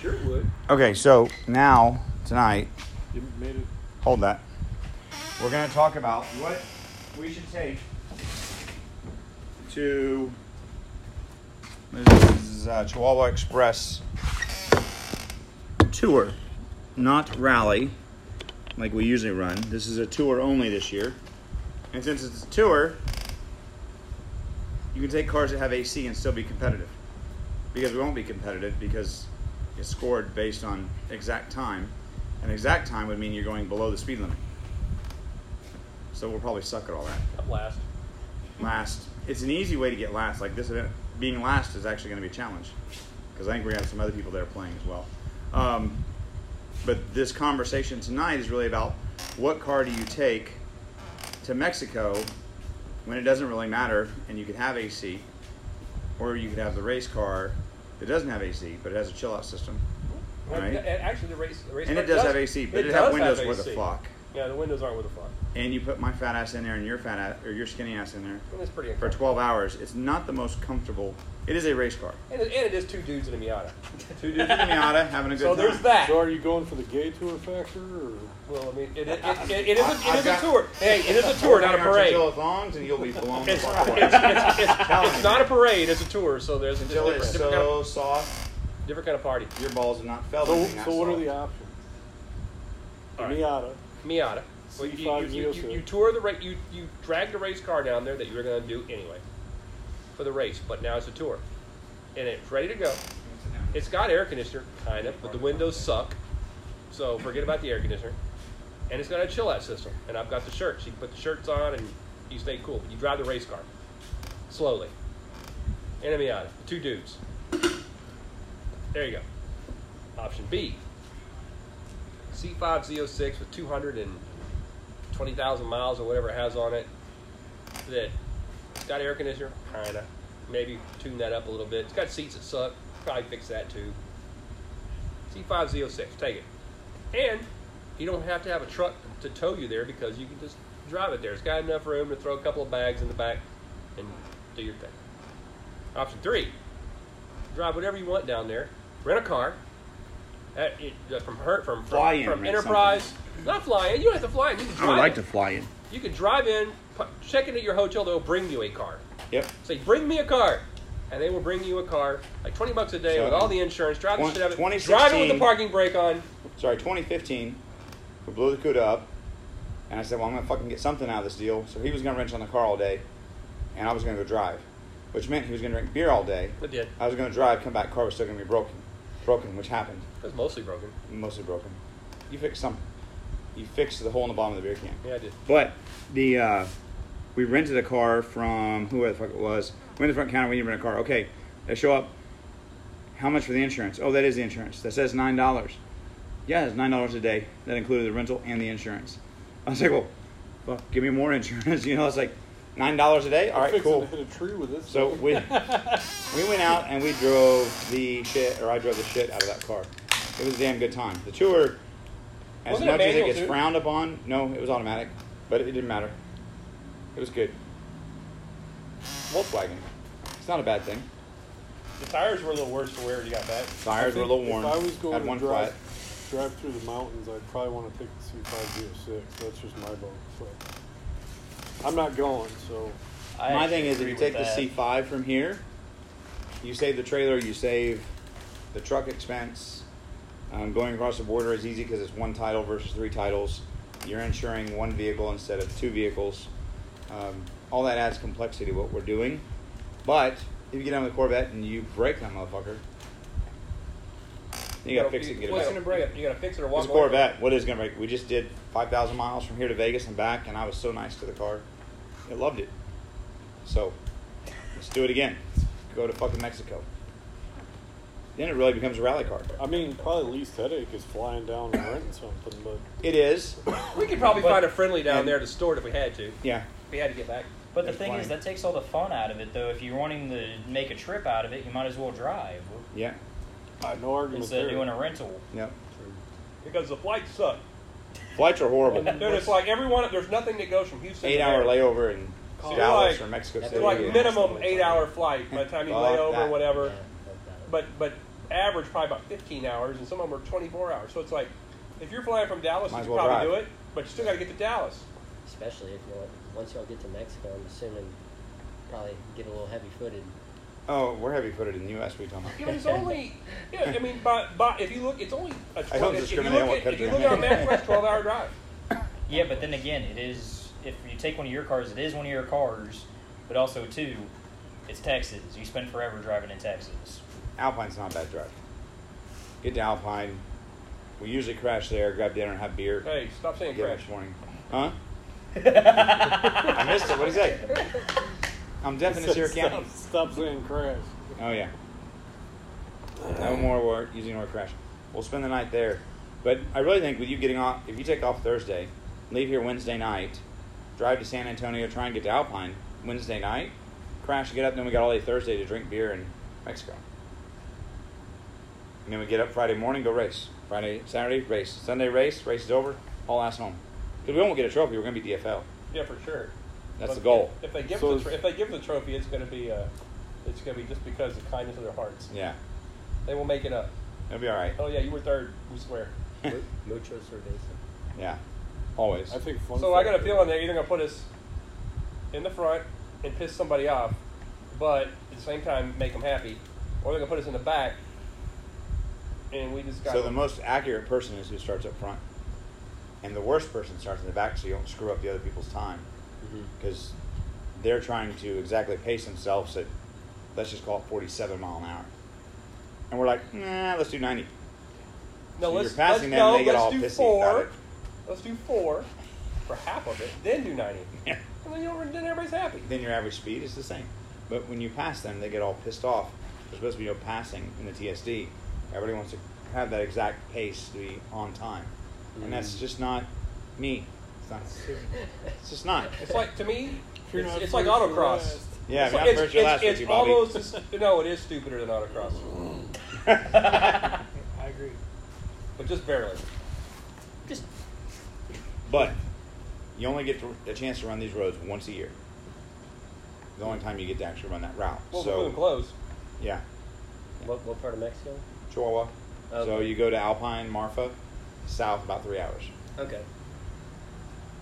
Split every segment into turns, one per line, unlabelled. sure it would.
Okay, so now tonight,
You made it.
hold that. We're gonna talk about what we should take to Mrs. Uh, Chihuahua Express tour, not rally like we usually run. This is a tour only this year, and since it's a tour, you can take cars that have AC and still be competitive. Because we won't be competitive because it's scored based on exact time, and exact time would mean you're going below the speed limit. So we'll probably suck at all that
Up last.
last. It's an easy way to get last. Like this event, being last is actually going to be a challenge because I think we have some other people that are playing as well. Um, but this conversation tonight is really about what car do you take to Mexico when it doesn't really matter and you could have AC, or you could have the race car that doesn't have AC but it has a chill out system.
Well,
Right.
a- Actually, the race, the race
And
car
it does have AC, but it have
does
windows
have
with a
AC.
flock.
Yeah, the windows aren't with a fuck.
And you put my fat ass in there and your fat ass, or your skinny ass in there
And it's pretty
for
incredible.
12 hours. It's not the most comfortable. It is a race car.
And, it- and it is two dudes in a Miata.
Two dudes in a Miata having a good time.
So there's that.
So are you going for the gay tour factor or?
Well, I mean, it, it, it, it, it is, a, it
I've
is a
got-
tour. Hey, it is a tour, not a parade.
Until it longs and you'll be blown
It's, it's,
away.
it's, it's, it's, it's not a parade. It's a tour. So there's a
Until
different,
it's
different, kind, of,
so soft,
different kind of party.
your balls have not felt
So,
anything that
so what are
soft.
the options? The
All right.
Miata.
Miata. Well, you, you, you, you, you tour the race. You you dragged a race car down there that you were going to do anyway for the race, but now it's a tour, and it's ready to go. It's got air conditioner, kind of, but the windows suck, so forget about the air conditioner. And it's got a chill out system, and I've got the shirts. You put the shirts on and you stay cool. You drive the race car slowly. And a Miata, two dudes. There you go. Option B, C5 Z06 with 220,000 miles or whatever it has on it. That it's got air conditioner, kinda. Maybe tune that up a little bit. It's got seats that suck. Probably fix that too. C5 Z06, take it. And you don't have to have a truck to tow you there because you can just drive it there. It's got enough room to throw a couple of bags in the back and do your thing. Option three, drive whatever you want down there. Rent a car. Uh, it- uh, from her, from from,
Fly in,
from
rent
Enterprise, not fly in. You don't have to fly in. You can drive in.
fly in.
You can drive in, pu- check into your hotel. They'll bring you a car.
Yep.
Say, bring me a car, and they will bring you a car, like twenty bucks a day
So,
with all the insurance. Drive the
twen-
shit out of it.
2016
Drive it with the parking brake on.
Sorry, 2015, we blew the CUDA up, and I said, well, I'm going to fucking get something out of this deal. So he was going to wrench on the car all day, and I was going to go drive, which meant he was going to drink beer all day.
It did. It
I was going to drive, come back, car was still going to be broken. Broken, which happened.
was mostly broken.
Mostly broken. You fixed something. You fixed the hole in the bottom of the beer can.
Yeah, I did.
But the uh, we rented a car from whoever the fuck it was. Went to the front counter. We need to rent a car. Okay, they show up. How much for the insurance? Oh, that is the insurance. That says nine dollars. Yeah, it's nine dollars a day. That included the rental and the insurance. I was like, well, fuck, give me more insurance. You know, it's like nine dollars a day. All right,
Fixing to
cool.
hit a tree with this.
So we we went out and we drove the shit, or I drove the shit out of that car. It was a damn good time. The tour, as
Wasn't it
much as it
manual,
gets
too?
frowned upon, no, it was automatic, but it didn't matter. It was good. Volkswagen. It's not a bad thing.
The tires were a little worse for wear when you got back.
I
Tires were a
think
little worn.
If I was going
Had
to
one
drive,
flat.
drive through the mountains, I'd probably want to take the C506. That's just my vote. But I'm not going. So
I
My
actually
thing is, if
agree
you
with
take the
that.
C5 from here, you save the trailer, you save the truck expense. Um, going across the border is easy because it's one title versus three titles. You're insuring one vehicle instead of two vehicles. Um, all that adds complexity to what we're doing. But if you get on the Corvette and you break that motherfucker, you gotta fix it and get it
What's
back.
gonna break? You gotta fix it or walk
It's a
away.
Corvette. What is going to break? We just did 5,000 miles from here to Vegas and back, and I was so nice to the car. It loved it. So, let's do it again. Go to fucking Mexico. Then it really becomes a rally car.
I mean, probably least headache is flying down and renting something. But
It is.
We could probably
But-
find a friendly down
and-
there to store it if we had to. If
Yeah.
we had to get back.
But the
There's
thing is,
plenty.
that takes all the fun out of it, though. If you're wanting to make a trip out of it, you might as well drive
Yeah.
no argument
instead
there.
of doing a rental.
Yep.
Because the flights suck.
Flights are horrible.
Dude, it's like everyone. There's nothing that goes from Houston.
Eight
to
hour
there.
layover in
So you're
Dallas
like-
or Mexico
you're
City.
It's like
Yeah.
minimum eight hour flight by the time you lay
Fuck
over or
that.
Yeah,
whatever.
fuck that.
But but average probably about 15 hours, and some of them are 24 hours. So it's like, if you're flying from Dallas,
Might
you
as
can
well
probably
drive.
do it, but you still got to get to Dallas.
Especially if you want, once y'all get to Mexico, I'm assuming probably get a little heavy footed.
Oh, we're heavy footed in the U.S. We talking
You know, it's only, yeah, I mean, but, but if you look, it's only a
I don't
12, if you look
discriminate on what
at, if you
country
look at
I'm in.
MapQuest, 12 hour drive.
Yeah, but then again, it is if you take one of your cars, it is one of your cars, but also too, it's Texas. You spend forever driving in Texas.
Alpine's not a bad drive. Get to Alpine. We usually crash there, grab dinner, and have beer.
Hey, stop saying
Get up
crash.
this morning. Huh? I missed it. What do you say? I'm deaf in the Sierra County.
Stop, stop saying crash.
Oh yeah. No more war, using or crash. We'll spend the night there. But I really think with you getting off, if you take off Thursday, leave here Wednesday night, drive to San Antonio, try and get to Alpine Wednesday night, crash, get up, then we got all day Thursday to drink beer in Mexico. And then we get up Friday morning, go race. Friday, Saturday, race. Sunday, race. Race is over. All ass home. Because we won't get a trophy. We're going to be DFL.
Yeah, for sure.
That's
But
the goal.
If, if they give
So
the tro- if
if-
they give the trophy, it's going to be uh, it's going to be just because of the kindness of their hearts.
Yeah.
They will make it up.
It'll be all right.
Oh yeah, you were third. We swear.
Mu- Mucho cerveza.
Yeah. Always.
I think fun
so I
fact-
got a feeling they're either going to put us in the front and piss somebody off, but at the same time make them happy, or they're going to put us in the back, and we just got.
So the most accurate person is who starts up front, and the worst person starts in the back, so you don't screw up the other people's time because they're trying to exactly pace themselves at let's just call it 47 mile an hour, and we're like, nah, let's do 90.
no,
so
let's,
you're passing them,
let's, no,
they get
let's
all
do
pissy about
four.
it.
Let's do four for half of it, then do ninety,
Yeah.
and then, you'll, then everybody's happy.
Then your average speed is the same, but when you pass them, they get all pissed off. There's supposed to be no passing in the TSD. Everybody wants to have that exact pace to be on time, and that's just not me. It's not. It's just not.
It's like to me,
If you're
it's,
not
it's like
first, you're
autocross.
last.
Yeah,
it's,
I mean,
like-
I've heard
it's-
your
it's-
last with
it's
you, Bobby.
almost as, no, it is stupider than autocross,
I agree.
but just barely.
Just
But you only get to, a chance to run these roads once a year. The only time you get to actually run that route.
Well, we're moving
so
close.
yeah,
what, what part of Mexico?
Chihuahua. So
Okay.
you go to Alpine, Marfa, south about three hours.
Okay.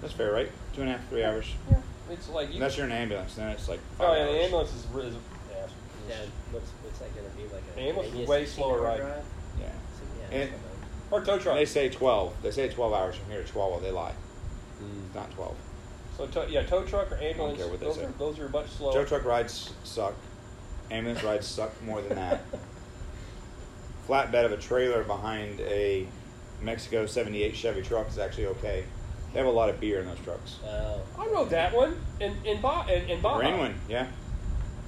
That's fair, right? Two and a half, three hours.
It's like you.
Unless you're in an ambulance, then it's like five
oh, yeah,
hours.
the ambulance is. is yeah, it's-
Yeah, what's, what's that gonna be like? A,
Man, it was
maybe a
way
16
slower
hour
ride.
drive?
Yeah.
So, yeah,
And-
come on.
Or tow truck.
They say twelve. They say twelve hours from here to Chihuahua. They lie.
Hmm.
It's not twelve.
so tow, yeah, tow truck or ambulance.
care what they
those,
say.
are, those are much slower.
Joe truck rides suck. Ambulance rides suck more than that. Flatbed of a trailer behind a Mexico 78 Chevy truck is actually okay. They have a lot of beer in those trucks.
Oh.
I rode that one in in ba in, in Baja.
Green one, yeah.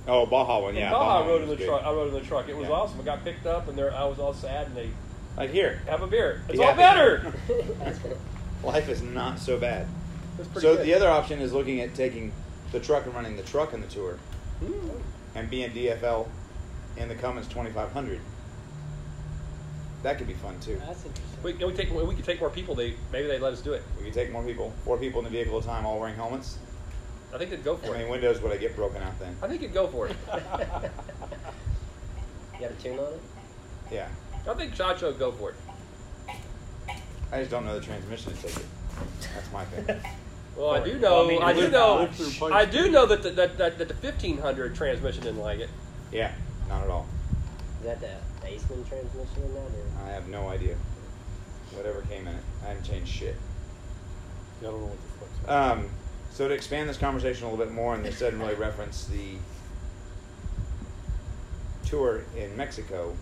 Oh, Baja one,
In
yeah.
Baja, I
one
rode in the
was good.
truck. I rode in the truck. It was
Yeah.
awesome. I got picked up, and there I was all sad, and they
Like here,
have a beer. It's
Yeah,
all
they-
better.
life is not so bad.
It's pretty
So
good.
the other option is looking at taking the truck and running the truck in the tour
Mm.
and being DFL in the Cummins 2500. That could be fun too.
That's interesting.
We, we take we could take more people. They maybe they let us do it.
We could take more people, four people in the vehicle at a time, all wearing helmets.
I think they'd go
How
for
many
it.
windows would I get broken out then?
I think you'd go for it.
You got a tune on it?
Yeah.
I think Chacho would go for it.
I just don't know the transmission to take it. That's my thing.
Well, I do
Well,
know,
I mean,
I
it
do
would
know,
not.
I do know that the, that, that, that the fifteen hundred transmission didn't like it.
yeah, not at all.
Is that the Aceman transmission in that? Or?
I have no idea. Whatever came in it, I haven't changed shit.
Yeah, I don't know what the fuck's
Um, so to expand this conversation a little bit more, and this doesn't really reference the tour in Mexico,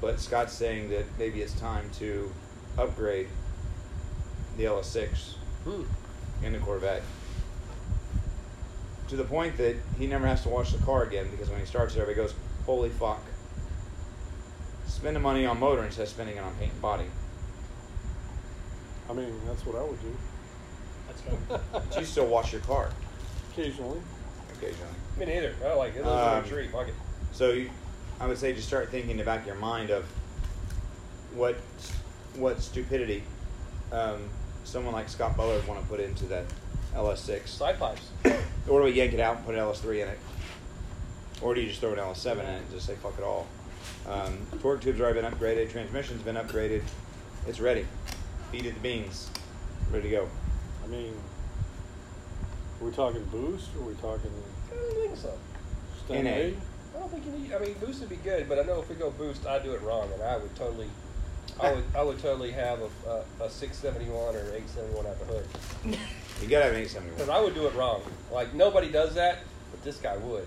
but Scott's saying that maybe it's time to upgrade the LS6
Hmm.
in the Corvette. To the point that he never has to wash the car again because when he starts there, he goes, "Holy fuck!" Spend the money on motor instead of spending it on paint and body.
I mean, that's what I would do
That's right.
But you still wash your car
occasionally.
occasionally.
Me neither. I like it. It was
Um,
a tree. Fuck it.
So you, I would say just start thinking in the back of your mind of what what stupidity um, someone like Scott Butler would want to put into that LS6.
Side pipes.
Or do we yank it out and put an LS3 in it? Or do you just throw an LS7 in it and just say fuck it all? Um, torque tubes have already been upgraded. Transmission's been upgraded. It's ready. Feed it the beans. Ready to go.
I mean, are we talking boost or are we talking
I don't think so.
stem
NA.
aid?
I don't think you need. I mean, boost would be good, but I know if we go boost, I do it wrong, and I would totally, I would, I would totally have a, a, a 671 or 871 out the hood
You gotta have an
because
871.
I would do it wrong. Like nobody does that, but this guy would.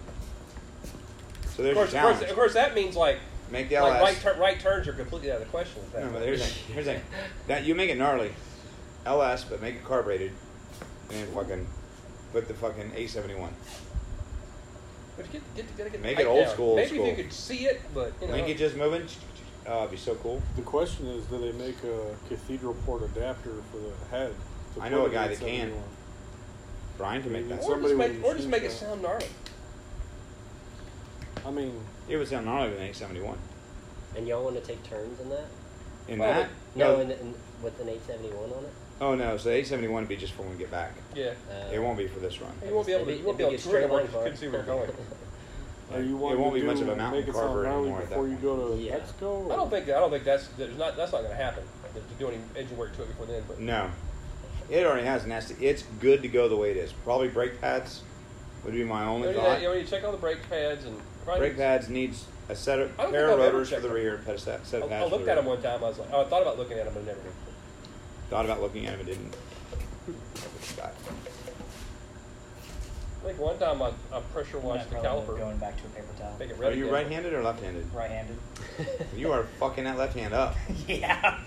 So there's
of course,
your
of course,
challenge.
of course, that means like,
Make the
like
LS.
right, tur- right turns are completely out of the question with that.
No, but here's the thing. Here's the thing. That you make it gnarly, LS, but make it carbureted, and then fucking put the fucking A71.
But get, get, get, get
Make
the
it
pipe
old
down.
school, old
Maybe if
school.
you could see it, but you know,
Link it just moving. Oh, it'd be so cool.
The question is, do they make a cathedral port adapter for the head? to
I know
put
a guy
in
that can.
71?
Brian can make that.
or
somebody with
just make,
a
or just
machine
make it
shop.
sound gnarly.
I mean,
It would sound gnarly with an A71.
And y'all want to take turns in that?
In
Well,
that?
No, in, in, with an 871 on it.
Oh no, so the 871 would be just for when we get back.
Yeah,
Uh,
It won't be for this run.
you won't be able to.
It'd
You
be-
won't be
it'd
able to turn
be a
it
straight
where
line
you
bar.
can see where we're going.
are you
It
wanting
won't
to
be much
do
of a mountain
make it sound
carver
gnarly
anymore at that
before you
point.
go to
Yeah.
Mexico?
I don't think I don't think that's there's not that's not going to happen. To do any engine work to it before then, but
No. It already has nasty. It's good to go the way it is. Probably brake pads would be my
You
only
know,
thought.
you know, you check all the brake pads and probably
Brake pads needs a set of
I don't
pair
think
of
I've ever
rotors for
checked
the
them.
rear, ped- set set of
I,
pads.
I
for the
looked at him
rear.
one time. I was like, oh, I thought about looking at him, but never did.
Thought about looking at him and didn't. Got it.
I think one time I, I pressure washed the
I'm probably
caliper,
Going back to a paper towel.
make it red.
Are you
again.
right-handed or left-handed?
Right-handed.
You are fucking that left hand up.
yeah.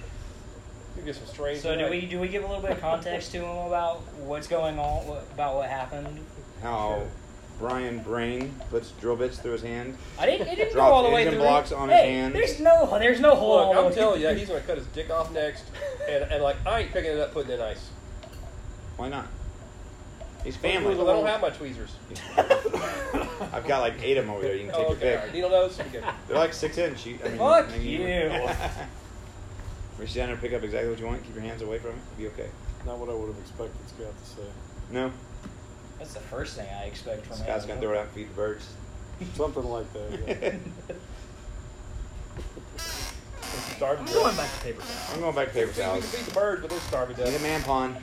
You get some strange.
So do
light.
we do we give a little bit of context to him about what's going on, what, about what happened?
How Brian Brain puts drill bits through his hand.
I didn't. It didn't go
Dropped
all the way
engine
through.
blocks on his
hey,
hands.
There's no. There's no hole. all
Look,
the
I'm
way
telling you,
through.
he's going to cut his dick off next, and, and like I ain't picking it up, putting it in ice.
Why not? He's
Because I
family.
don't have my tweezers.
I've got like eight of them over there. You can take
Oh, okay.
your
all right.
pick.
Needle nose. Okay.
They're like six inch. You, I mean,
Fuck
I mean,
you.
Reach down there, and pick up exactly what you want. Keep your hands away from it. Be okay.
Not what I would have expected Scott to say.
No,
That's the first thing I expect from
Scott's
him.
gonna throw it out and feed the birds.
Something like that. Yeah.
Starving.
I'm going back to paper towel.
I'm going back to paper
See, we can
towels.
beat the birds, but they're starving to
Need a
death.
man pond.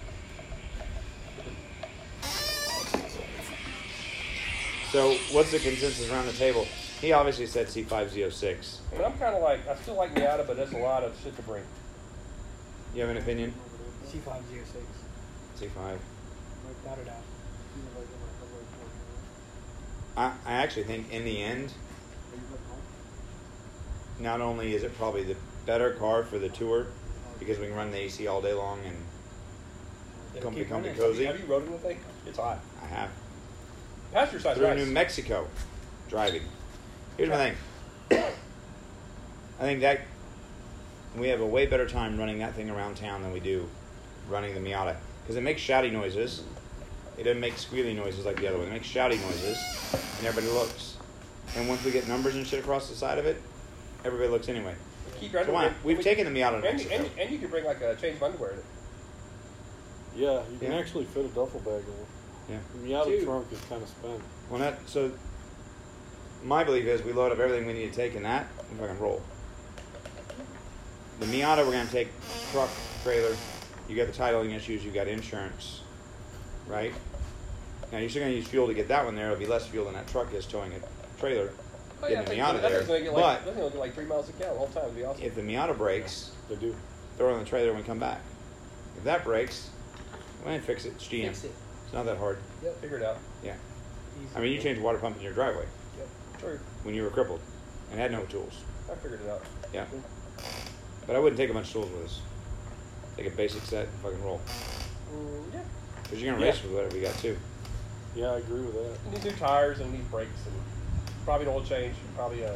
So, what's the consensus around the table? He obviously said C5Z06.
I mean, I'm kind of like I still like Miata, but that's a lot of shit to bring.
You have an opinion?
C five zero six.
C5.
Without a doubt.
I, I actually think in the end, not only is it probably the better car for the tour because we can run the AC all day long and comfy,
Keep
comfy,
running.
cozy.
Have you rode in the thing? It's hot.
I have
Passenger side
through
nice.
New Mexico driving. Here's my thing. I think that we have a way better time running that thing around town than we do running the Miata because it makes shouty noises. It doesn't make squealy noises like the other one. It makes shouty noises, and everybody looks. And once we get numbers and shit across the side of it, everybody looks anyway.
Keep
So why?
We-
We've
we-
taken the Miata to
And, you- and,
Mexico. Oh,
you- and you could bring like a change of underwear in it.
yeah, you can
Yeah.
actually fit a duffel bag in
Yeah.
it. The Miata
Dude.
trunk is kind of spent.
Well, that so. My belief is we load up everything we need to take in that, and fucking roll. The Miata, we're gonna take truck, trailer. You got the titling issues. You got insurance, right? Now you're still gonna use fuel to get that one there. It'll be less fuel than that truck is towing a trailer.
Oh, yeah,
getting
I
the
think
Miata
that thing's gonna
there.
get like,
but
that's gonna get like three miles a gallon the whole time. It'd be awesome.
if the Miata breaks,
They do.
throw it on the trailer when we come back. If that breaks, we ain't fix it. It's GM.
Fix it.
It's not that hard.
Yep. Figure it out.
Yeah. I mean, you changed the water pump in your driveway
Yep. True.
when you were crippled and had no tools.
I figured it out.
Yeah. But I wouldn't take a bunch of tools with us. Take a basic set and fucking roll.
Mm, yeah.
Because you're going to
Yeah.
race with whatever you got, too.
Yeah, I agree with that.
You need new tires and you need brakes and probably an oil change. and Probably a.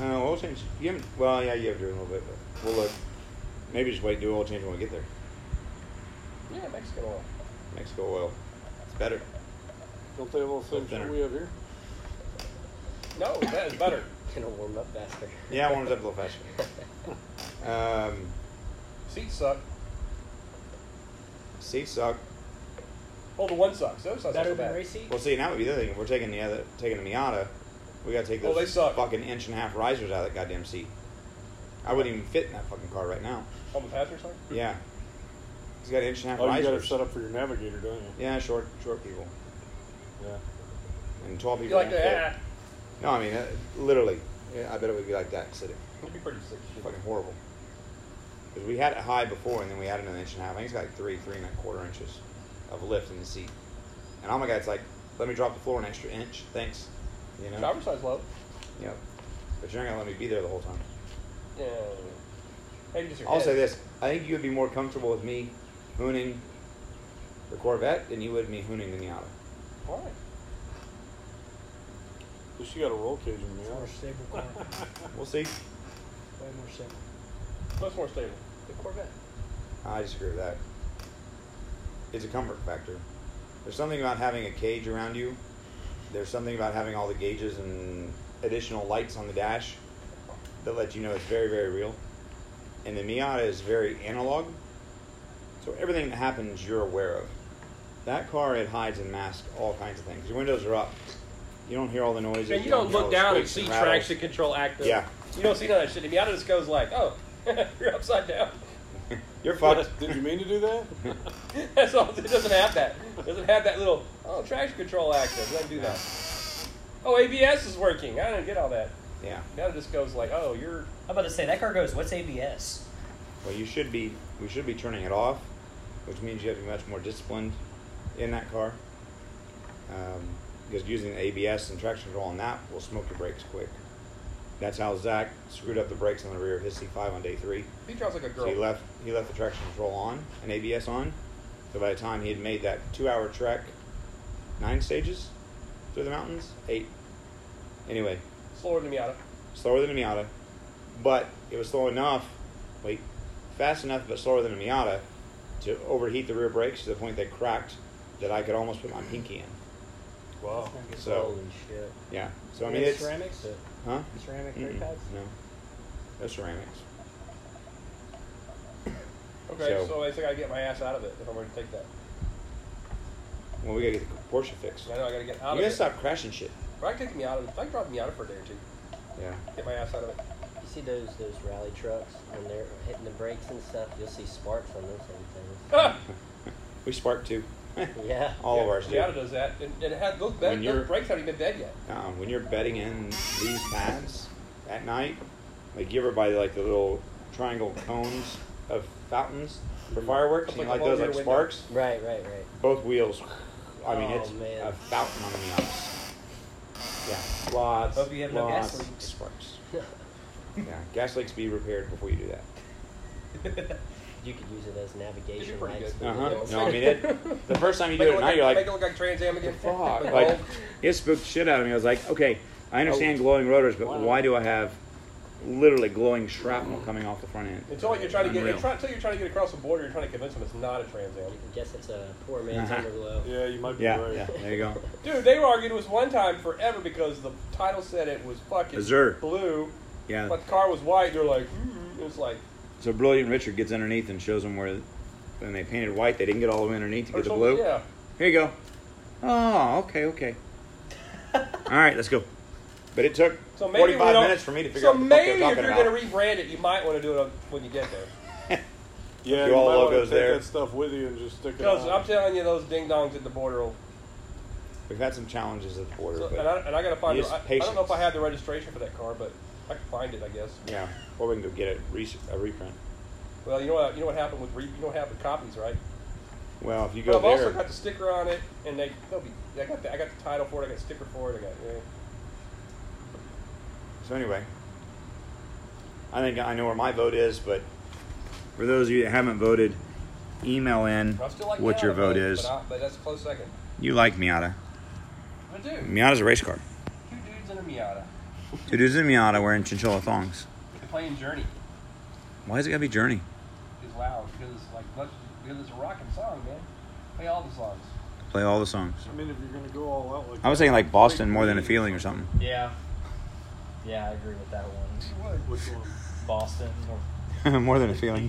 Uh, oil change. You haven't, well, yeah, you have to do it a little bit. But we'll look. Maybe just wait, do oil change when we get there.
Yeah, Mexican oil.
Mexico oil. It's better.
Don't they have all the same
Thinner.
shit we have here?
No, that is better.
Gonna warm up faster.
Yeah, it warms up a little faster. Um,
Seats suck.
seats suck.
Oh, the one sucks. The other side's not so
Better
bad.
than race seat?
Well, see, and that would be the other thing. If we're taking the other, taking the Miata, We gotta take
Well,
those
they suck.
fucking inch and a half risers out of that goddamn seat. I wouldn't even fit in that fucking car right now.
On the passenger side?
Yeah. He's got inch and a half
Oh, you
risers.
got it set up for your navigator, don't you?
Yeah, short, short people.
Yeah.
And tall
You
people.
like
won't
that?
fit. No, I mean, uh, literally. Yeah, I bet it would be like that sitting.
It'd be pretty sick. shit.
Fucking horrible. Because we had it high before, and then we added an inch and a half. I think it's got like three, three and a quarter inches of lift in the seat. And oh my god, it's like, let me drop the floor an extra inch, thanks. You know.
Driver's side's low.
Yep. But you're not gonna let me be there the whole time.
Yeah. Maybe just your
I'll say
head.
this: I think you would be more comfortable with me hooning the Corvette than you would me hooning the Miata.
All right.
But she got a roll cage in the
More
house.
stable car. Way
We'll see.
more stable.
Much more stable. The Corvette.
I disagree with that. It's a comfort factor. There's something about having a cage around you. There's something about having all the gauges and additional lights on the dash that let you know it's very, very real. And the Miata is very analog, so everything that happens you're aware of. That car it hides and masks all kinds of things. Your windows are up. You don't hear all the noises.
And you don't
hear all
look
the
down and
squeaks
see
rattles.
traction control active.
Yeah.
You don't see none of that shit. The Miata just goes like, oh, you're upside down.
You're fucked.
Did you mean to do that?
That's all. It doesn't have that. It doesn't have that little, oh, traction control active. It doesn't do that. Oh, ABS is working. I didn't get all that.
Yeah.
Now it just goes like, oh, you're.
I'm about to say that car goes. What's ABS?
Well, you should be. We should be turning it off, which means you have to be much more disciplined in that car. Um, because using the ABS and traction control on that will smoke your brakes quick. That's how Zach screwed up the brakes on the rear of his C5 on day three.
He drives like a girl.
So he left. He left the traction control on and ABS on. So by the time he had made that two-hour trek, nine stages through the mountains, eight. Anyway,
Slower than the Miata.
slower than a Miata, but it was slow enough, wait, fast enough but slower than a Miata to overheat the rear brakes to the point they cracked that I could almost put my pinky in.
Wow.
So
Holy shit.
yeah, so I mean it's Mm-hmm.
ceramics.
huh?
Ceramic
Mm-mm,
brake pads.
No, no ceramics.
Okay, so,
So-
I think I gotta get my ass out of it if I'm going to take that.
Well, we gotta get the Porsche fixed.
I know I gotta get
You
out
gotta
of it.
stop crashing shit.
Or I can take me out of it. I can drive me out for a day or two.
Yeah,
Get my ass out of it.
You see those those rally trucks when they're hitting the brakes and stuff, you'll see sparks on those damn
Ah!
we sparked too.
things. Yeah.
All of
Yeah,
ours do.
Miata does that, and, and it has those,
When
bed,
you're-
those brakes haven't even been bed yet.
Um, when you're bedding in these pads at night, like give everybody like the little triangle cones of fountains for fireworks,
Like
you know,
above
like those
your
like
window.
sparks.
Right, right, right.
Both wheels. I mean,
Oh,
it's
man.
a fountain on the ice. Yeah, lots.
Hope you have no gas
lots of
leaks.
Sparks. yeah, gas leaks be repaired before you do that.
You could use it as
It'd
navigation
be pretty
lights.
good.
for the
Uh huh.
hills.
No, I mean it. The first time you do
Make
it
look
at
like,
night, you're like,
make it look like Trans Am again.
fuck. Like, it spooked the shit out of me. I was like, okay, I
Oh.
understand glowing rotors, but
Why
why,
not?
do I have literally glowing shrapnel coming off the front end?
Until you're trying to get
Unreal.
you're try, until you're trying to get across the border, you're trying to convince them it's not a Trans Am.
I guess it's a poor man's
Uh-huh.
underglow.
Yeah, you might be
Yeah,
right.
yeah, there you go.
Dude, they were arguing with one time forever because the title said it was fucking
Azure.
blue,
Yeah.
but the car was white. They're like, mm-hmm. it was like,
So Brilliant Richard gets underneath and shows them where, when they painted white, they didn't get all the way underneath to
or
get the
something-
blue.
Yeah,
Here you go. Oh, okay, okay. All right, let's go. But it took
so maybe we
45
don't-
minutes for me to figure
so
out what the fuck
maybe
they're
if
talking
you're
about.
gonna rebrand it, you might want to do it on- when you get there.
Yeah,
Do
you
all
might wanna
logos
take
there.
that stuff with you and just stick it
Because
on.
I'm telling you, those ding dongs at the border. Will,
We've had some challenges at the border,
so,
but
and, I, and I gotta find.
use
I, I don't know if
patience.
I have the registration for that car, but I can find it, I guess.
yeah, or we can go get a, re- a reprint.
Well, you know what? You know what happened with re, you know what happened with copies, right?
Well, if you
But
go
I've
there,
also got the sticker on it, and they they'll be. I got the, I got the title for it. I got the sticker for it. I got. Yeah.
So anyway, I think I know where my vote is, but for those of you that haven't voted, email in
I still like
what
Miata,
your vote
but-
is.
but, I, but that's a close second.
you like Miata.
I do.
Miata's a race car.
Two dudes in a Miata
Two dudes in a Miata wearing chinchilla thongs.
playing Journey
Why is it gotta be Journey?
is loud because it's like let's because it's a rocking song, man. Play all the songs.
Play all the songs.
I mean, if you're gonna go all out like
I was saying like Boston more than a feeling or something.
Yeah. Yeah, I agree with that one.
Which one?
Boston. Or
more than a feeling.